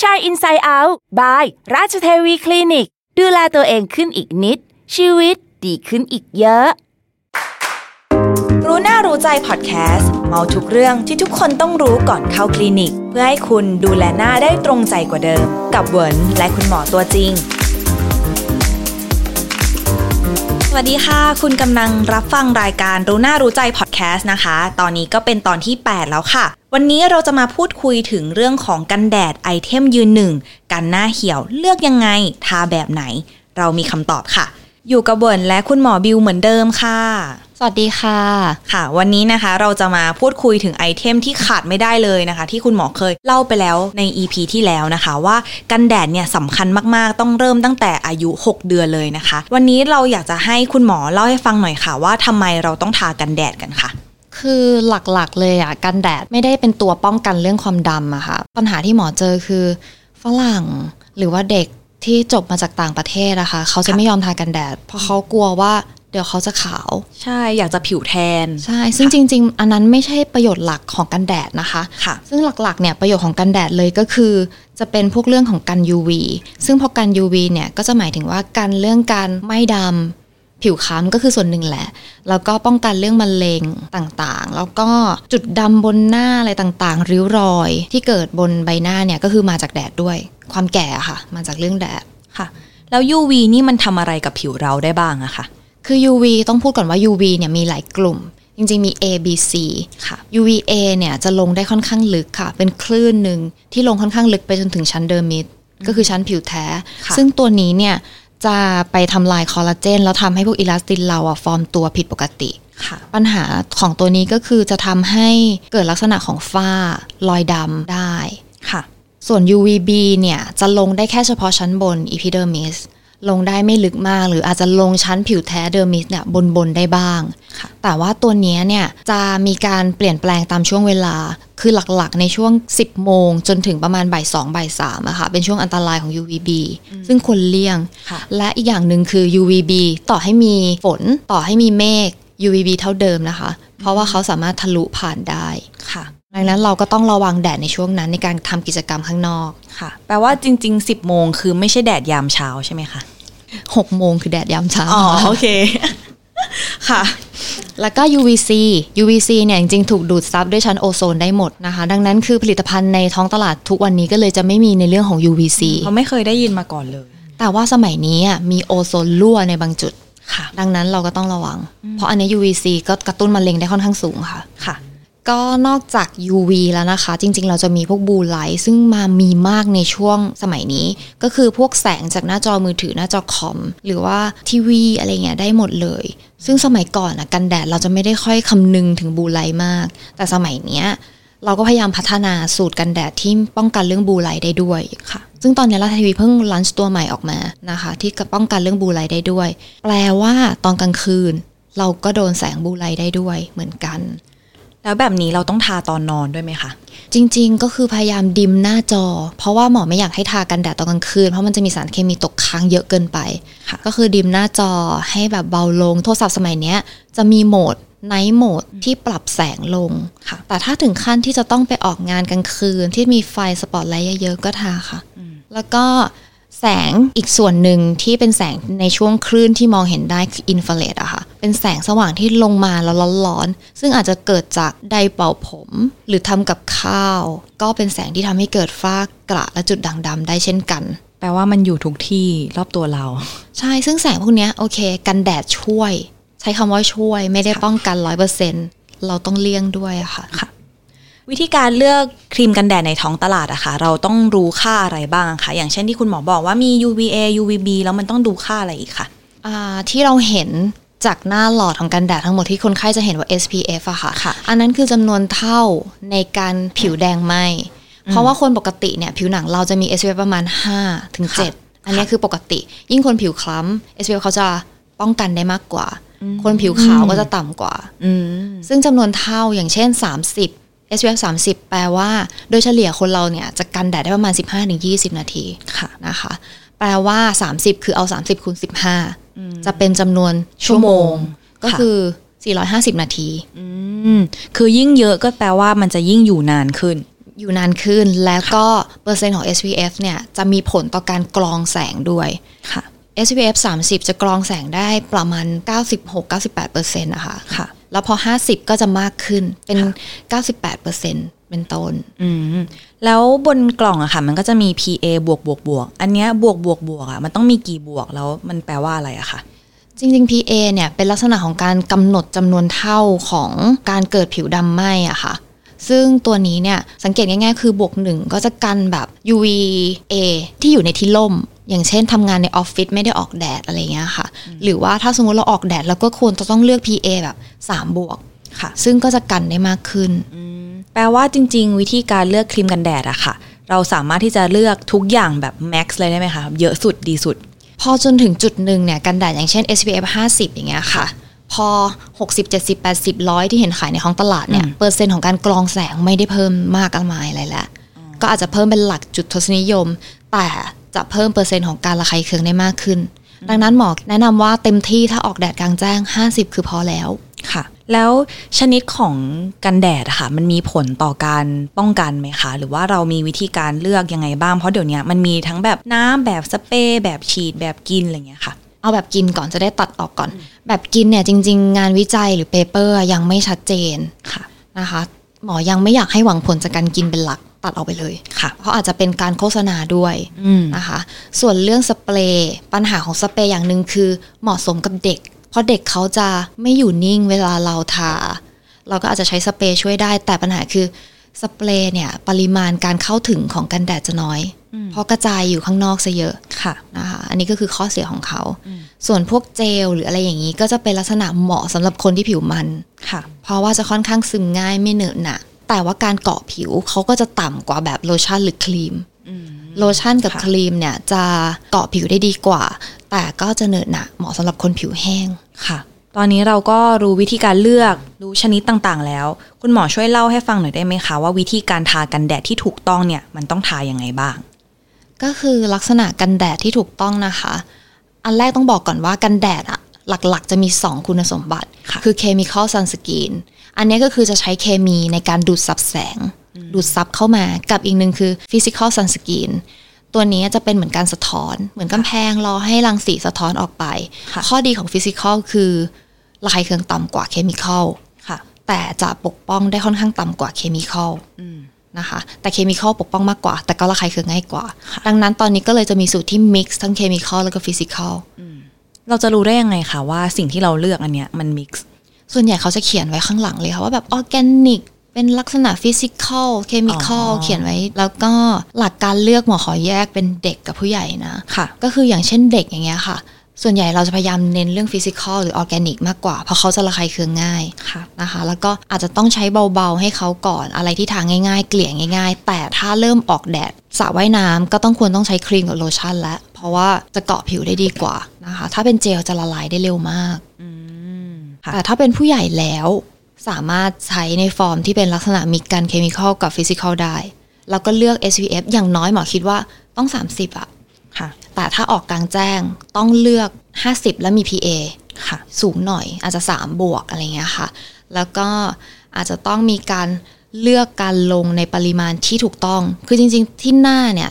ชายอินไซ e ์เอาท์บาย ราชเทวีคลินิก ดูแลตัวเองขึ้นอีกนิด ชีวิตดีขึ้นอีกเยอะ รู้หน้ารู้ใจพอดแคสต์เมาทุกเรื่องที่ทุกคนต้องรู้ก่อนเข้าคลินิก เพื่อให้คุณดูแลหน้าได้ตรงใจกว่าเดิม กับเวิร์นและคุณหมอตัวจริง สวัสดีค่ะ คุณกำลังรับฟังรายการรู้หน้ารู้ใจพอดแคสต์นะคะ ตอนนี้ก็เป็นตอนที่ 8 แล้วค่ะ วันนี้เราจะมาพูดคุยถึงเรื่องของกันแดดไอเทมยืนหนึ่งกันหน้าเหี่ยวเลือกยังไง ทาแบบไหน เรามีคำตอบค่ะ อยู่กับเวิร์นและคุณหมอบิวเหมือนเดิมค่ะ สวัสดีค่ะ ค่ะวันนี้นะคะเราจะมาพูดคุยถึงไอเทมที่ขาดไม่ได้เลยนะคะ ที่คุณหมอเคยเล่าไปแล้วใน EP ีที่แล้วนะคะ ว่ากันแดดเนี่ยสำคัญมากๆ ต้องเริ่มตั้งแต่อายุ 6 เดือนเลยนะคะ วันนี้เราอยากจะให้คุณหมอเล่าให้ฟังหน่อยค่ะ ว่าทำไมเราต้องทากันแดดกันค่ะ คือหลักๆเลยอ่ะกันแดดไม่ได้เป็นตัวป้องกันเรื่องความดำอะค่ะ ปัญหาที่หมอเจอคือฝรั่งหรือว่าเด็กที่จบมาจากต่างประเทศนะคะ เขาจะ ค่ะ ไม่ยอมทากันแดด เพราะเขากลัวว่าเดี๋ยวเขาจะขาว ใช่อยากจะผิวแทน ใช่ ซึ่งจริง ๆ อันนั้นไม่ใช่ประโยชน์หลักของกันแดดนะคะ ค่ะ ซึ่งหลักๆ เนี่ยประโยชน์ของกันแดดเลยก็คือ จะเป็นพวกเรื่องของกัน UV ซึ่งพอกัน UV เนี่ยก็จะหมายถึงว่ากันเรื่องการไม่ดำผิวคล้ำก็คือส่วนหนึ่งแหละ แล้วก็ป้องกันเรื่องมะเร็งต่างๆ แล้วก็จุดดำบนหน้าอะไรต่างๆ ริ้วรอยที่เกิดบนใบหน้าเนี่ยก็คือมาจากแดดด้วย ความแก่อะค่ะ มาจากเรื่องแดด ค่ะ แล้ว UV นี่มันทำอะไรกับผิวเราได้บ้างอะค่ะ คือ UV ต้องพูดก่อนว่า UV เนี่ยมีหลายกลุ่ม จริงๆมี A B C ค่ะ UVA เนี่ยจะลงได้ค่อนข้างลึกค่ะ เป็นคลื่นหนึ่งที่ลงค่อนข้างลึกไปจนถึงชั้นเดอร์มิดก็คือชั้นผิวแท้ ค่ะ ซึ่งตัวนี้เนี่ยจะไปทำลายคอลลาเจน แล้วทำให้พวกอิลาสตินเราอะฟอร์มตัวผิดปกติ ค่ะ ปัญหาของตัวนี้ก็คือจะทำให้เกิดลักษณะของฝ้ารอยดำได้ ค่ะ ส่วน UVB เนี่ยจะลงได้แค่เฉพาะชั้นบน epidermis ลงได้ไม่ลึกมาก หรืออาจจะลงชั้นผิวแท้ dermis เนี่ยบนบนๆได้บ้าง ค่ะ แต่ว่าตัวเนี้ยเนี่ยจะมีการเปลี่ยนแปลงตามช่วงเวลา คือหลักๆในช่วง 10 โมง จนถึงประมาณบ่าย2บ่าย3อะค่ะ เป็นช่วงอันตรายของ UVB ซึ่งควรเลี่ยง ค่ะ และอีกอย่างหนึ่งคือ UVB ต่อให้มีฝน ต่อให้มีเมฆ UVB เท่าเดิมนะคะ เพราะว่าเขาสามารถทะลุผ่านได้ ค่ะ ดังนั้นเราก็ต้องระวังแดดในช่วงนั้นในการทำกิจกรรมข้างนอก ค่ะ แปลว่าจริง ๆ 10โมงคือไม่ใช่แดดยามเช้าใช่ไหมคะ 6 โมงคือแดดยามเช้า โอเค ค่ะ แล้วก็ UVC UVC เนี่ยจริงๆ ถูกดูดซับด้วยชั้นโอโซนได้หมดนะคะ ดังนั้นคือผลิตภัณฑ์ในท้องตลาดทุกวันนี้ก็เลยจะไม่มีในเรื่องของ UVC เขาไม่เคยได้ยินมาก่อนเลย แต่ว่าสมัยนี้อ่ะมีโอโซนรั่วในบางจุด ค่ะ ดังนั้นเราก็ต้องระวัง เพราะอันนี้ UVC ก็กระตุ้นมะเร็งได้ค่อนข้างสูงค่ะ ค่ะ ก็นอกจาก UV แล้วนะคะ จริง ๆ เราจะมีพวกบูไลท์ซึ่งมามีมากในช่วงสมัยนี้ ก็คือพวกแสงจากหน้าจอมือถือหน้าจอคอม หรือว่าทีวีอะไรเงี้ยได้หมดเลย ซึ่งสมัยก่อนอะกันแดดเราจะไม่ได้ค่อยคำนึงถึงบูไลท์มาก แต่สมัยเนี้ย เราก็พยายามพัฒนาสูตรกันแดดที่ป้องกันเรื่องบูไลท์ได้ด้วย ค่ะ ซึ่งตอนนี้ราชทีวีเพิ่งลันช์ตัวใหม่ออกมานะคะ ที่ป้องกันเรื่องบูไลได้ด้วย แปลว่าตอนกลางคืน เราก็โดนแสงบูไลได้ด้วยเหมือนกัน แล้วแบบนี้เราต้องทาตอนนอนด้วยไหมคะ จริง ๆ ก็คือพยายามดิมหน้าจอ เพราะว่าหมอไม่อยากให้ทากันแดดตอนกลางคืน เพราะมันจะมีสารเคมีตกค้างเยอะเกินไป ค่ะ ก็คือดิมหน้าจอให้แบบเบาลง โทรศัพท์สมัยเนี้ย จะมีโหมดไนท์โหมดที่ปรับแสงลง ค่ะ แต่ถ้าถึงขั้นที่จะต้องไปออกงานกลางคืน ที่มีไฟสปอตไลท์เยอะๆก็ทาค่ะ อืม แล้วก็แสงอีกส่วนหนึ่งที่เป็นแสงในช่วงคลื่นที่มองเห็นได้คืออินฟราเรดอะค่ะ เป็นแสงสว่างที่ลงมาแล้วร้อนๆ ซึ่งอาจจะเกิดจากไดร์เป่าผม หรือทำกับข้าว ก็เป็นแสงที่ทำให้เกิดฝ้ากระและจุดด่างดำได้เช่นกัน แปลว่ามันอยู่ทุกที่รอบตัวเรา ใช่ ซึ่งแสงพวกเนี้ยโอเค กันแดดช่วย ใช้คำว่าช่วย ไม่ได้ป้องกันร้อยเปอร์เซ็นต์เราต้องเลี่ยงด้วยอะค่ะ วิธีการเลือกครีมกันแดดในท้องตลาดอะค่ะ เราต้องรู้ค่าอะไรบ้างคะ อย่างเช่นที่คุณหมอบอกว่ามี UVA UVB แล้วมันต้องดูค่าอะไรอีกคะ อ่าที่เราเห็นจากหน้าหลอดของกันแดดทั้งหมดที่คนไข้จะเห็นว่า SPF อะค่ะ ค่ะ อันนั้นคือจำนวนเท่าในการผิวแดงไหม เพราะว่าคนปกติเนี่ยผิวหนังเราจะมี SPF ประมาณ5ถึง7อันเนี้ยคือปกติ ยิ่งคนผิวคล้ำ SPF เขาจะป้องกันได้มากกว่า คนผิวขาวก็จะต่ำกว่า อืม ซึ่งจำนวนเท่าอย่างเช่น 30 SPF 30 แปลว่า โดยเฉลี่ยคนเราเนี่ยจะกันแดดได้ประมาณ 15-20 นาที ค่ะ นะคะ แปลว่า 30 คือเอา 30คูณ15 จะเป็นจำนวนชั่วโมง ก็ ค่ะ คือ 450 นาที อืม คือยิ่งเยอะก็แปลว่ามันจะยิ่งอยู่นานขึ้น อยู่นานขึ้น แล้วก็เปอร์เซ็นต์ของ SPF เนี่ยจะมีผลต่อการกรองแสงด้วย ค่ะ SPF 30 จะกรองแสงได้ประมาณ 96-98%นะคะ ค่ะ แล้วพอ 50 ก็จะมากขึ้นเป็น 98%เป็นต้น อืม แล้วบนกล่องอะค่ะ มันก็จะมี PA บวกบวกบวกอันเนี้ยบวกบวกบวกอะมันต้องมีกี่บวกแล้วมันแปลว่าอะไรอะค่ะ จริงๆ PA เนี่ยเป็นลักษณะของการกำหนดจำนวนเท่าของการเกิดผิวดำไหม้อะค่ะ ซึ่งตัวนี้เนี่ยสังเกตง่ายๆ คือบวกหนึ่งก็จะกันแบบ UVA ที่อยู่ในที่ล่ม อย่างเช่นทำงานในออฟฟิศไม่ได้ออกแดดอะไรเงี้ยค่ะ หรือว่าถ้าสมมติเราออกแดดเราก็ควรจะต้องเลือก PA แบบ 3 บวก ค่ะ ซึ่งก็จะกันได้มากขึ้น แปลว่าจริง ๆ วิธีการเลือกครีมกันแดดอะค่ะ เราสามารถที่จะเลือกทุกอย่างแบบแม็กซ์เลยได้ไหมคะเยอะสุดดีสุด พอจนถึงจุดหนึ่งเนี่ยกันแดดอย่างเช่น SPF 50 อย่างเงี้ยค่ะ พอ 60 70 80 100 ที่เห็นขายในท้องตลาดเนี่ย อืม เปอร์เซ็นต์ของการกรองแสงไม่ได้เพิ่มมากมายอะไรละก็อาจจะเพิ่มเป็นหลักจุดทศนิยม แต่จะเพิ่มเปอร์เซ็นต์ของการระคายเคืองได้มากขึ้น ดังนั้นหมอแนะนำว่าเต็มที่ถ้าออกแดดกลางแจ้ง 50 คือพอแล้ว ค่ะ แล้วชนิดของกันแดดอะค่ะ มันมีผลต่อการป้องกันไหมคะ หรือว่าเรามีวิธีการเลือกยังไงบ้าง เพราะเดี๋ยวเนี้ยมันมีทั้งแบบน้ำแบบสเปรย์แบบฉีดแบบกินอะไรอย่างเงี้ยค่ะ เอาแบบกินก่อนจะได้ตัดออกก่อน แบบกินเนี่ยจริง ๆ งานวิจัยหรือเปเปอร์ยังไม่ชัดเจน ค่ะ นะคะหมอยังไม่อยากให้หวังผลจากการกินเป็นหลักตัดออกไปเลย ค่ะ เพราะอาจจะเป็นการโฆษณาด้วย อืม นะคะ ส่วนเรื่องสเปรย์ปัญหาของสเปรย์อย่างหนึ่งคือเหมาะสมกับเด็ก เพราะเด็กเขาจะไม่อยู่นิ่งเวลาเราทา เราก็อาจจะใช้สเปรย์ช่วยได้ แต่ปัญหาคือสเปรย์เนี่ยปริมาณการเข้าถึงของกันแดดจะน้อย อืม เพราะกระจายอยู่ข้างนอกซะเยอะ ค่ะ นะคะอันนี้ก็คือข้อเสียของเขา อืม ส่วนพวกเจลหรืออะไรอย่างนี้ก็จะเป็นลักษณะเหมาะสำหรับคนที่ผิวมัน ค่ะ เพราะว่าจะค่อนข้างซึมง่ายไม่เหนอะหนะแต่ว่าการเกาะผิวเขาก็จะต่ำกว่าแบบโลชั่นหรือครีม อืม โลชั่นกับ ค่ะ ครีมเนี่ยจะเกาะผิวได้ดีกว่า แต่ก็จะเหนอะหนะเหมาะสำหรับคนผิวแห้ง ค่ะ ตอนนี้เราก็รู้วิธีการเลือก รู้ชนิดต่างๆ แล้ว คุณหมอช่วยเล่าให้ฟังหน่อยได้ไหมคะ ว่าวิธีการทากันแดดที่ถูกต้องเนี่ย มันต้องทายังไงบ้าง ก็คือลักษณะกันแดดที่ถูกต้องนะคะ อันแรกต้องบอกก่อนว่ากันแดดอะหลักๆ จะมี 2 คุณสมบัติ ค่ะ อเคมีคอลซันสกรีนอันเนี้ยก็คือจะใช้เคมีในการดูดซับแสง ดูดซับเข้ามากับอีกหนึ่งคือฟิสิกอลซันสกรีนตัวนี้จะเป็นเหมือนการสะท้อน เหมือนกำแพงรอให้รังสีสะท้อนออกไป ค่ะ ข้อดีของฟิสิกอลคือระคายเคืองต่ำกว่าเคมีคอล ค่ะ แต่จะปกป้องได้ค่อนข้างต่ำกว่าเคมีคอล อืม นะคะแต่เคมีคอลปกป้องมากกว่า แต่ก็ระคายเคืองง่ายกว่า ค่ะ ดังนั้นตอนนี้ก็เลยจะมีสูตรที่มิกซ์ทั้งเคมีคอลแล้วก็ฟิสิกอล เราจะรู้ได้ยังไงคะว่าสิ่งที่เราเลือกอันเนี้ยมันมิกซ์ ส่วนใหญ่เขาจะเขียนไว้ข้างหลังเลยค่ะว่าแบบออร์แกนิก เป็นลักษณะฟิสิกอลเคมีคอล อ๋อ เขียนไว้ แล้วก็หลักการเลือกหมอขอแยกเป็นเด็กกับผู้ใหญ่นะ ค่ะ ก็คืออย่างเช่นเด็กอย่างเงี้ยค่ะ ส่วนใหญ่เราจะพยายามเน้นเรื่องฟิสิกอลหรือออร์แกนิกมากกว่า เพราะเขาจะระคายเคืองง่าย ค่ะ นะคะแล้วก็อาจจะต้องใช้เบาๆ ให้เขาก่อนอะไรที่ทางง่ายๆ เกลี่ยง่าย ๆ แต่ถ้าเริ่มออกแดดสระว่ายน้ำก็ต้องควรต้องใช้ครีมกับโลชั่นแล้ว เพราะว่าจะเกาะผิวได้ดีกว่านะคะ ถ้าเป็นเจลจะละลายได้เร็วมาก อืม ค่ะ แต่ถ้าเป็นผู้ใหญ่แล้วสามารถใช้ในฟอร์มที่เป็นลักษณะมีกันเคมีคอลกับฟิสิกอลได้ แล้วก็เลือก SPF อย่างน้อยหมอคิดว่าต้อง 30อะ ค่ะ แต่ถ้าออกกลางแจ้งต้องเลือก 50 และมี PA ค่ะ สูงหน่อยอาจจะ 3 บวกอะไรเงี้ยค่ะ แล้วก็อาจจะต้องมีการเลือกการลงในปริมาณที่ถูกต้อง คือจริงๆที่หน้าเนี่ย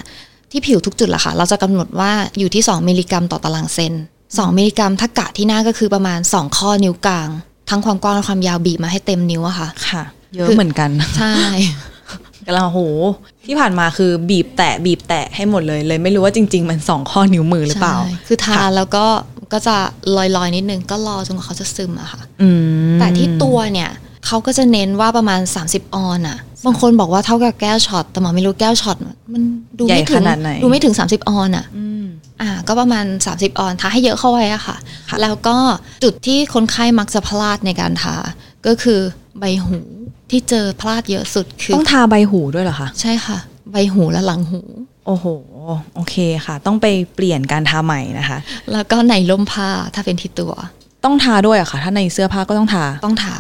ที่ผิวทุกจุดแหละค่ะ เราจะกำหนดว่าอยู่ที่ 2 มิลลิกรัมต่อตารางเซน2มิลลิกรัมถ้ากะที่หน้าก็คือประมาณ 2 ข้อนิ้วกลาง ทั้งความกว้างและความยาวบีบมาให้เต็มนิ้วอะค่ะ ค่ะ เยอะเหมือนกัน ใช่ กำลังโห ที่ผ่านมาคือบีบแตะบีบแตะให้หมดเลย เลยไม่รู้ว่าจริง ๆ มันสองข้อนิ้วมือหรือเปล่า ใช่คือทา ค่ะ แล้วก็ก็จะลอยๆนิดนึงก็รอจนกว่าเขาจะซึมอะค่ะ อืม แต่ที่ตัวเนี่ยเขาก็จะเน้นว่าประมาณ 30 ออนอะบางคนบอกว่าเท่ากับแก้วช็อตแต่หมอไม่รู้แก้วช็อตมันดู ใหญ่ ไม่ถึ ข ง นาดไหน ดูไม่ถึง 30 ออนอะ อืม อ่า ก็ประมาณ 30 ออนทาให้เยอะเข้าไว้อะค่ะ ค่ะ แล้วก็จุดที่คนไข้มักจะพลาดในการทา ก็คือใบหูที่เจอพลาดเยอะสุดคือ ต้องทาใบหูด้วยเหรอคะ ใช่ค่ะ ใบหูและหลังหู โอ้โห โอเคค่ะ ต้องไปเปลี่ยนการทาใหม่นะคะ แล้วก็ในล่มผ้าถ้าเป็นที่ตัว ต้องทาด้วยเหรอะค่ะ ถ้าในเสื้อผ้าก็ต้องทา ต้องทา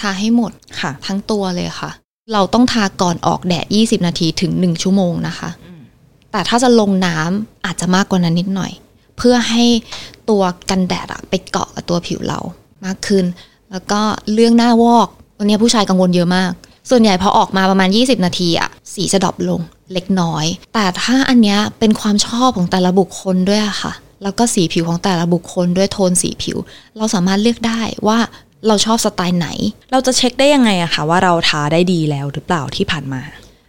ทาให้หมด ค่ะ ทั้งตัวเลยค่ะ เราต้องทาก่อนออกแดด 20 นาทีถึง 1 ชั่วโมงนะคะ แต่ถ้าจะลงน้ำอาจจะมากกว่านั้นนิดหน่อย เพื่อให้ตัวกันแดดอะไปเกาะกับตัวผิวเรามากขึ้น แล้วก็เรื่องหน้าวอกวันนี้ผู้ชายกังวลเยอะมาก ส่วนใหญ่พอออกมาประมาณ 20 นาทีอะสีจะดรอปลงเล็กน้อย แต่ถ้าอันเนี้ยเป็นความชอบของแต่ละบุคคลด้วยอะค่ะ แล้วก็สีผิวของแต่ละบุคคลด้วยโทนสีผิว เราสามารถเลือกได้ว่าเราชอบสไตล์ไหน เราจะเช็คได้ยังไงอะคะว่าเราทาได้ดีแล้วหรือเปล่าที่ผ่านมา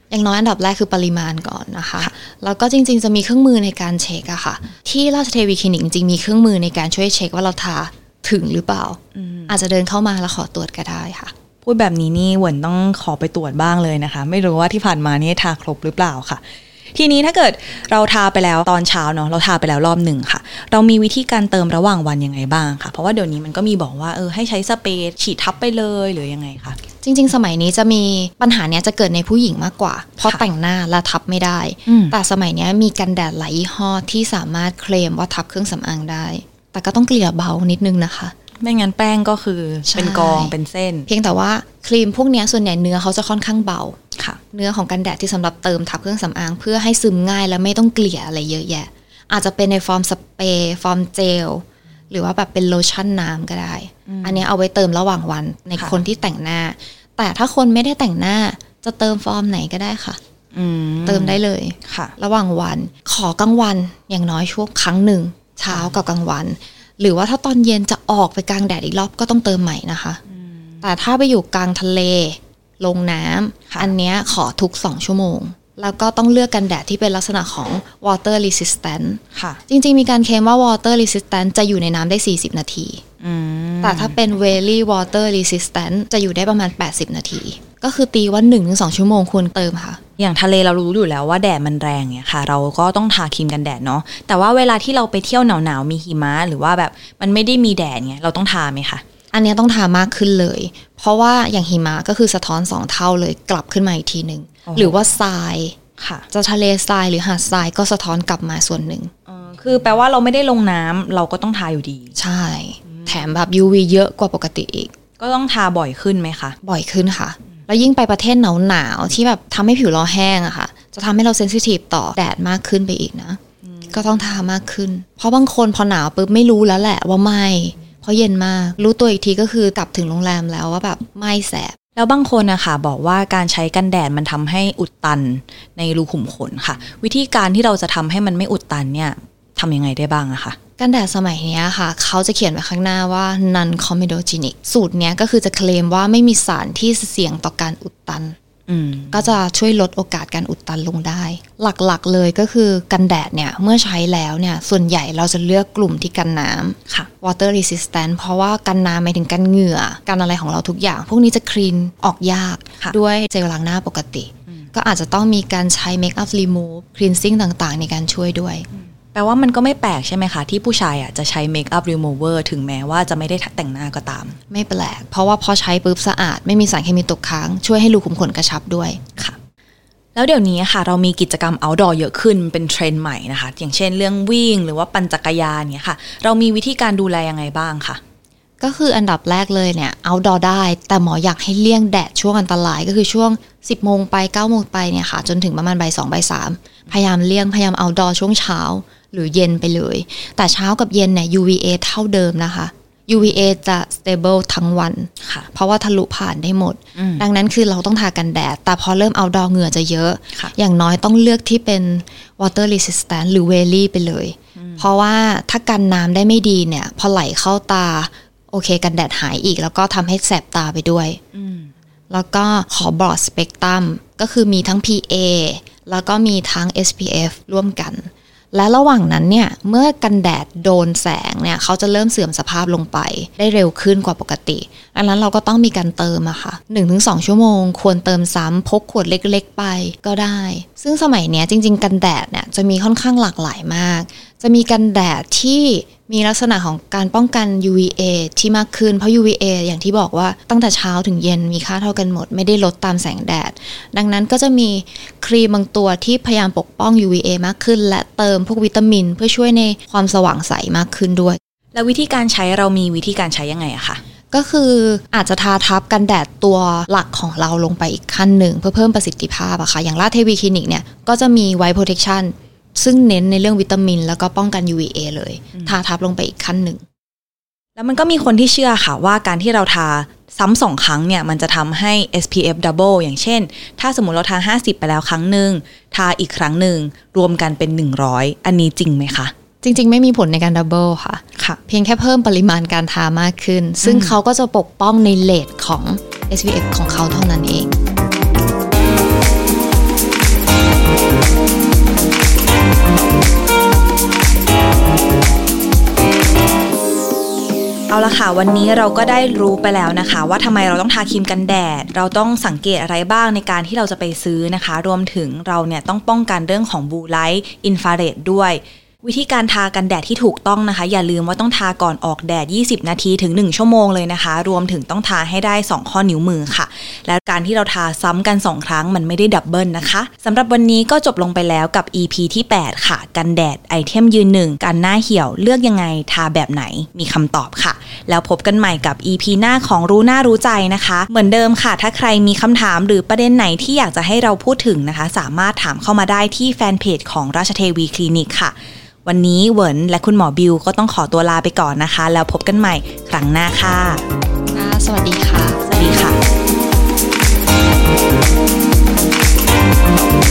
อย่างน้อยอันดับแรกคือปริมาณก่อนนะคะ แล้วก็จริงๆจะมีเครื่องมือในการเช็คอะค่ะ ที่ราชเทวีคลินิกจริงๆมีเครื่องมือในการช่วยเช็คว่าเราทาถึงหรือเปล่า อาจจะเดินเข้ามาแล้วขอตรวจก็ได้ค่ะ พูดแบบนี้นี่เหวนต้องขอไปตรวจบ้างเลยนะคะ ไม่รู้ว่าที่ผ่านมานี่ทาครบหรือเปล่าค่ะ ทีนี้ถ้าเกิดเราทาไปแล้วตอนเช้าเนาะเราทาไปแล้วรอบหนึ่งค่ะ เรามีวิธีการเติมระหว่างวันยังไงบ้างค่ะ เพราะว่าเดี๋ยวนี้มันก็มีบอกว่าเออให้ใช้สเปรย์ฉีดทับไปเลยหรือยังไงคะ จริง ๆ สมัยนี้จะมีปัญหาเนี้ยจะเกิดในผู้หญิงมากกว่า เพราะ ค่ะ แต่งหน้าและทับไม่ได้ อืม แต่สมัยเนี้ยมีกันแดดหลายยี่ห้อที่สามารถเคลมว่าทับเครื่องสำอางได้ แต่ก็ต้องเกลี่ยเบานิดนึงนะคะ ไม่งั้นแป้งก็คือเป็นกองเป็นเส้น เพียงแต่ว่าครีมพวกเนี้ยส่วนใหญ่เนื้อเขาจะค่อนข้างเบา ค่ะ เนื้อของกันแดดที่สำหรับเติมทับเครื่องสำอาง เพื่อให้ซึมง่ายและไม่ต้องเกลี่ยอะไรเยอะแยะ อาจจะเป็นในฟอร์มสเปรย์ฟอร์มเจล หรือว่าแบบเป็นโลชั่นน้ำก็ได้ อันเนี้ยเอาไว้เติมระหว่างวันใน ค่ะ คนที่แต่งหน้า แต่ถ้าคนไม่ได้แต่งหน้าจะเติมฟอร์มไหนก็ได้ค่ะ อืม เติมได้เลย ค่ะ ระหว่างวันขอกลางวันอย่างน้อยช่วงครั้งหนึ่งเช้ากับกลางวัน หรือว่าถ้าตอนเย็นจะออกไปกลางแดดอีกรอบก็ต้องเติมใหม่นะคะ แต่ถ้าไปอยู่กลางทะเล ลงน้ ค่ะ ำอันเนี้ยขอทุก 2 ชั่วโมง แล้วก็ต้องเลือกกันแดดที่เป็นลักษณะของ water resistant ค่ะ จริง ๆ มีการเคลมว่า water resistant จะอยู่ในน้ำได้ 40 นาที อืม แต่ถ้าเป็น very water resistant จะอยู่ได้ประมาณ 80 นาที ก็คือตีว่า1-2 ชั่วโมงควรเติมค่ะ อย่างทะเลเรารู้อยู่แล้วว่าแดดมันแรงเนี่ยค่ะ เราก็ต้องทาครีมกันแดดเนาะแต่ว่าเวลาที่เราไปเที่ยวหนาวๆมีหิมะหรือว่าแบบมันไม่ได้มีแดดเนี่ยเราต้องทาไหมคะ อันเนี้ยต้องทามากขึ้นเลย เพราะว่าอย่างหิมะก็คือสะท้อนสองเท่าเลยกลับขึ้นมาอีกทีหนึ่ง อ๋อ หรือว่าทราย ค่ะ จะทะเลทรายหรือหาดทรายก็สะท้อนกลับมาส่วนหนึ่ง เออคือแปลว่าเราไม่ได้ลงน้ำเราก็ต้องทาอยู่ดี ใช่ แถมแบบ UV เยอะกว่าปกติอีก ก็ต้องทาบ่อยขึ้นไหมคะ บ่อยขึ้นค่ะ แล้วยิ่งไปประเทศหนาวหนาวๆที่แบบทำให้ผิวเราแห้งอะค่ะ จะทำให้เราเซนซิทีฟต่อแดดมากขึ้นไปอีกนะ ก็ต้องทามากขึ้น เพราะบางคนพอหนาวปุ๊บไม่รู้แล้วแหละว่าไหมเพราะเย็นมาก รู้ตัวอีกทีก็คือกลับถึงโรงแรมแล้วว่าแบบไหมแสบ แล้วบางคนนะคะบอกว่าการใช้กันแดดมันทำให้อุดตันในรูขุมขนค่ะ วิธีการที่เราจะทำให้มันไม่อุดตันเนี่ยทำยังไงได้บ้างอะคะ กันแดดสมัยเนี้ยค่ะ เขาจะเขียนไว้ข้างหน้าว่า non comedogenic สูตรเนี้ยก็คือจะเคลมว่าไม่มีสารที่เสี่ยงต่อการอุดตัน อืม ก็จะช่วยลดโอกาสการอุดตันลงได้ หลักๆเลยก็คือกันแดดเนี่ยเมื่อใช้แล้วเนี่ยส่วนใหญ่เราจะเลือกกลุ่มที่กันน้ำ ค่ะ water resistant เพราะว่ากันน้ำหมายถึงกันเหงื่อกันอะไรของเราทุกอย่าง พวกนี้จะคลีนออกยาก ค่ะ ด้วยเจลล้างหน้าปกติ ก็อาจจะต้องมีการใช้ make up remove cleansing ต่างๆ ในการช่วยด้วย แปลว่ามันก็ไม่แปลกใช่ไหมคะ ที่ผู้ชายอ่ะจะใช้เมคอัพรีมูเวอร์ถึงแม้ว่าจะไม่ได้แต่งหน้าก็ตาม ไม่แปลก เพราะว่าพอใช้ปุ๊บสะอาด ไม่มีสารเคมีตกค้าง ช่วยให้รูขุมขนกระชับด้วย ค่ะ แล้วเดี๋ยวนี้ค่ะ เรามีกิจกรรม outdoor เยอะขึ้นเป็นเทรนด์ใหม่นะคะ อย่างเช่นเรื่องวิ่งหรือว่าปั่นจักรยานเนี่ยค่ะ เรามีวิธีการดูแลยังไงบ้างคะ ก็คืออันดับแรกเลยเนี่ยเอาดอได้ แต่หมออยากให้เลี่ยงแดดช่วงอันตรายก็คือช่วง 10 โมงไป 9 โมงไปเนี่ยค่ะ จนถึงประมาณบ่ายสองบ่ายสามพยายามเลี่ยง พยายามเอาดอช่วงเช้า หรือเย็นไปเลย แต่เช้ากับเย็นเนี่ย UVA เท่าเดิมนะคะ UVA จะ stable ทั้งวัน ค่ะ เพราะว่าทะลุผ่านได้หมด อืม ดังนั้นคือเราต้องทากันแดด แต่พอเริ่มเอาดอเหงื่อจะเยอะ ค่ะ อย่างน้อยต้องเลือกที่เป็น water resistant หรือ w e l l y ไปเลย เพราะว่าถ้ากันน้ำได้ไม่ดีเนี่ย พอไหลเข้าตา โอเคกันแดดหายอีก แล้วก็ทำให้แสบตาไปด้วย อืม แล้วก็ขอบอดสเปกตรัมก็คือมีทั้ง PA แล้วก็มีทั้ง SPF ร่วมกัน และระหว่างนั้นเนี่ย เมื่อกันแดดโดนแสงเนี่ย เขาจะเริ่มเสื่อมสภาพลงไป ได้เร็วขึ้นกว่าปกติอันนั้นเราก็ต้องมีการเติมอะค่ะ 1-2 ชั่วโมง ควรเติมซ้ำพกขวดเล็กๆไปก็ได้ ซึ่งสมัยเนี้ยจริง ๆ กันแดดเนี่ยจะมีค่อนข้างหลากหลายมาก จะมีกันแดดที่มีลักษณะของการป้องกัน UVA ที่มากขึ้น เพราะ UVA อย่างที่บอกว่าตั้งแต่เช้าถึงเย็นมีค่าเท่ากันหมด ไม่ได้ลดตามแสงแดด ดังนั้นก็จะมีครีมบางตัวที่พยายามปกป้อง UVA มากขึ้น และเติมพวกวิตามิน เพื่อช่วยในความสว่างใสมากขึ้นด้วย แล้ววิธีการใช้เรามีวิธีการใช้ยังไงอะคะ ก็คืออาจจะทาทับกันแดดตัวหลักของเราลงไปอีกขั้นหนึ่ง เพื่อเพิ่มประสิทธิภาพอะค่ะ อย่างราชเทวีคลินิกเนี่ยก็จะมีไวท์โปรเทคชั o นซึ่งเน้นในเรื่องวิตามิน แล้วก็ป้องกัน UVA เลย ทาทับลงไปอีกขั้นหนึ่ง แล้วมันก็มีคนที่เชื่อค่ะว่าการที่เราทา ซ้ำสองครั้งเนี่ยมันจะทำให้ SPF double อย่างเช่น ถ้าสมมติเราทา 50 ไปแล้วครั้งหนึ่งทาอีกครั้งหนึ่งรวมกันเป็น 100 อันนี้จริงไหมคะ จริง ๆ ไม่มีผลในการดับเบิลค่ะ ค่ะ เพียงแค่เพิ่มปริมาณการทามากขึ้น ซึ่งเขาก็จะปกป้องในเลทของ SPF ของเขาเท่านั้นเอง เอาละค่ะ วันนี้เราก็ได้รู้ไปแล้วนะคะ ว่าทำไมเราต้องทาครีมกันแดด เราต้องสังเกตอะไรบ้างในการที่เราจะไปซื้อนะคะ รวมถึงเราเนี่ยต้องป้องกันเรื่องของบูไลท์อินฟราเรดด้วย วิธีการทากันแดดที่ถูกต้องนะคะ อย่าลืมว่าต้องทาก่อนออกแดด 20 นาทีถึง 1 ชั่วโมงเลยนะคะ รวมถึงต้องทาให้ได้ 2 ข้อนิ้วมือค่ะ และการที่เราทาซ้ำกัน 2 ครั้งมันไม่ได้ดับเบิลนะคะสำหรับวันนี้ก็จบลงไปแล้วกับ EP ที่ 8 ค่ะ กันแดดไอเทมยืนหนึ่งกันหน้าเหี่ยวเลือกยังไงทาแบบไหนมีคำตอบค่ะ แล้วพบกันใหม่กับ EP หน้าของรู้หน้ารู้ใจนะคะ เหมือนเดิมค่ะ ถ้าใครมีคำถามหรือประเด็นไหนที่อยากจะให้เราพูดถึงนะคะ สามารถถามเข้ามาได้ที่แฟนเพจของราชเทวีคลินิกค่ะ วันนี้เหวินและคุณหมอบิวก็ต้องขอตัวลาไปก่อนนะคะ แล้วพบกันใหม่ครั้งหน้าค่ะ ค่ะ สวัสดีค่ะ สวัสดีค่ะ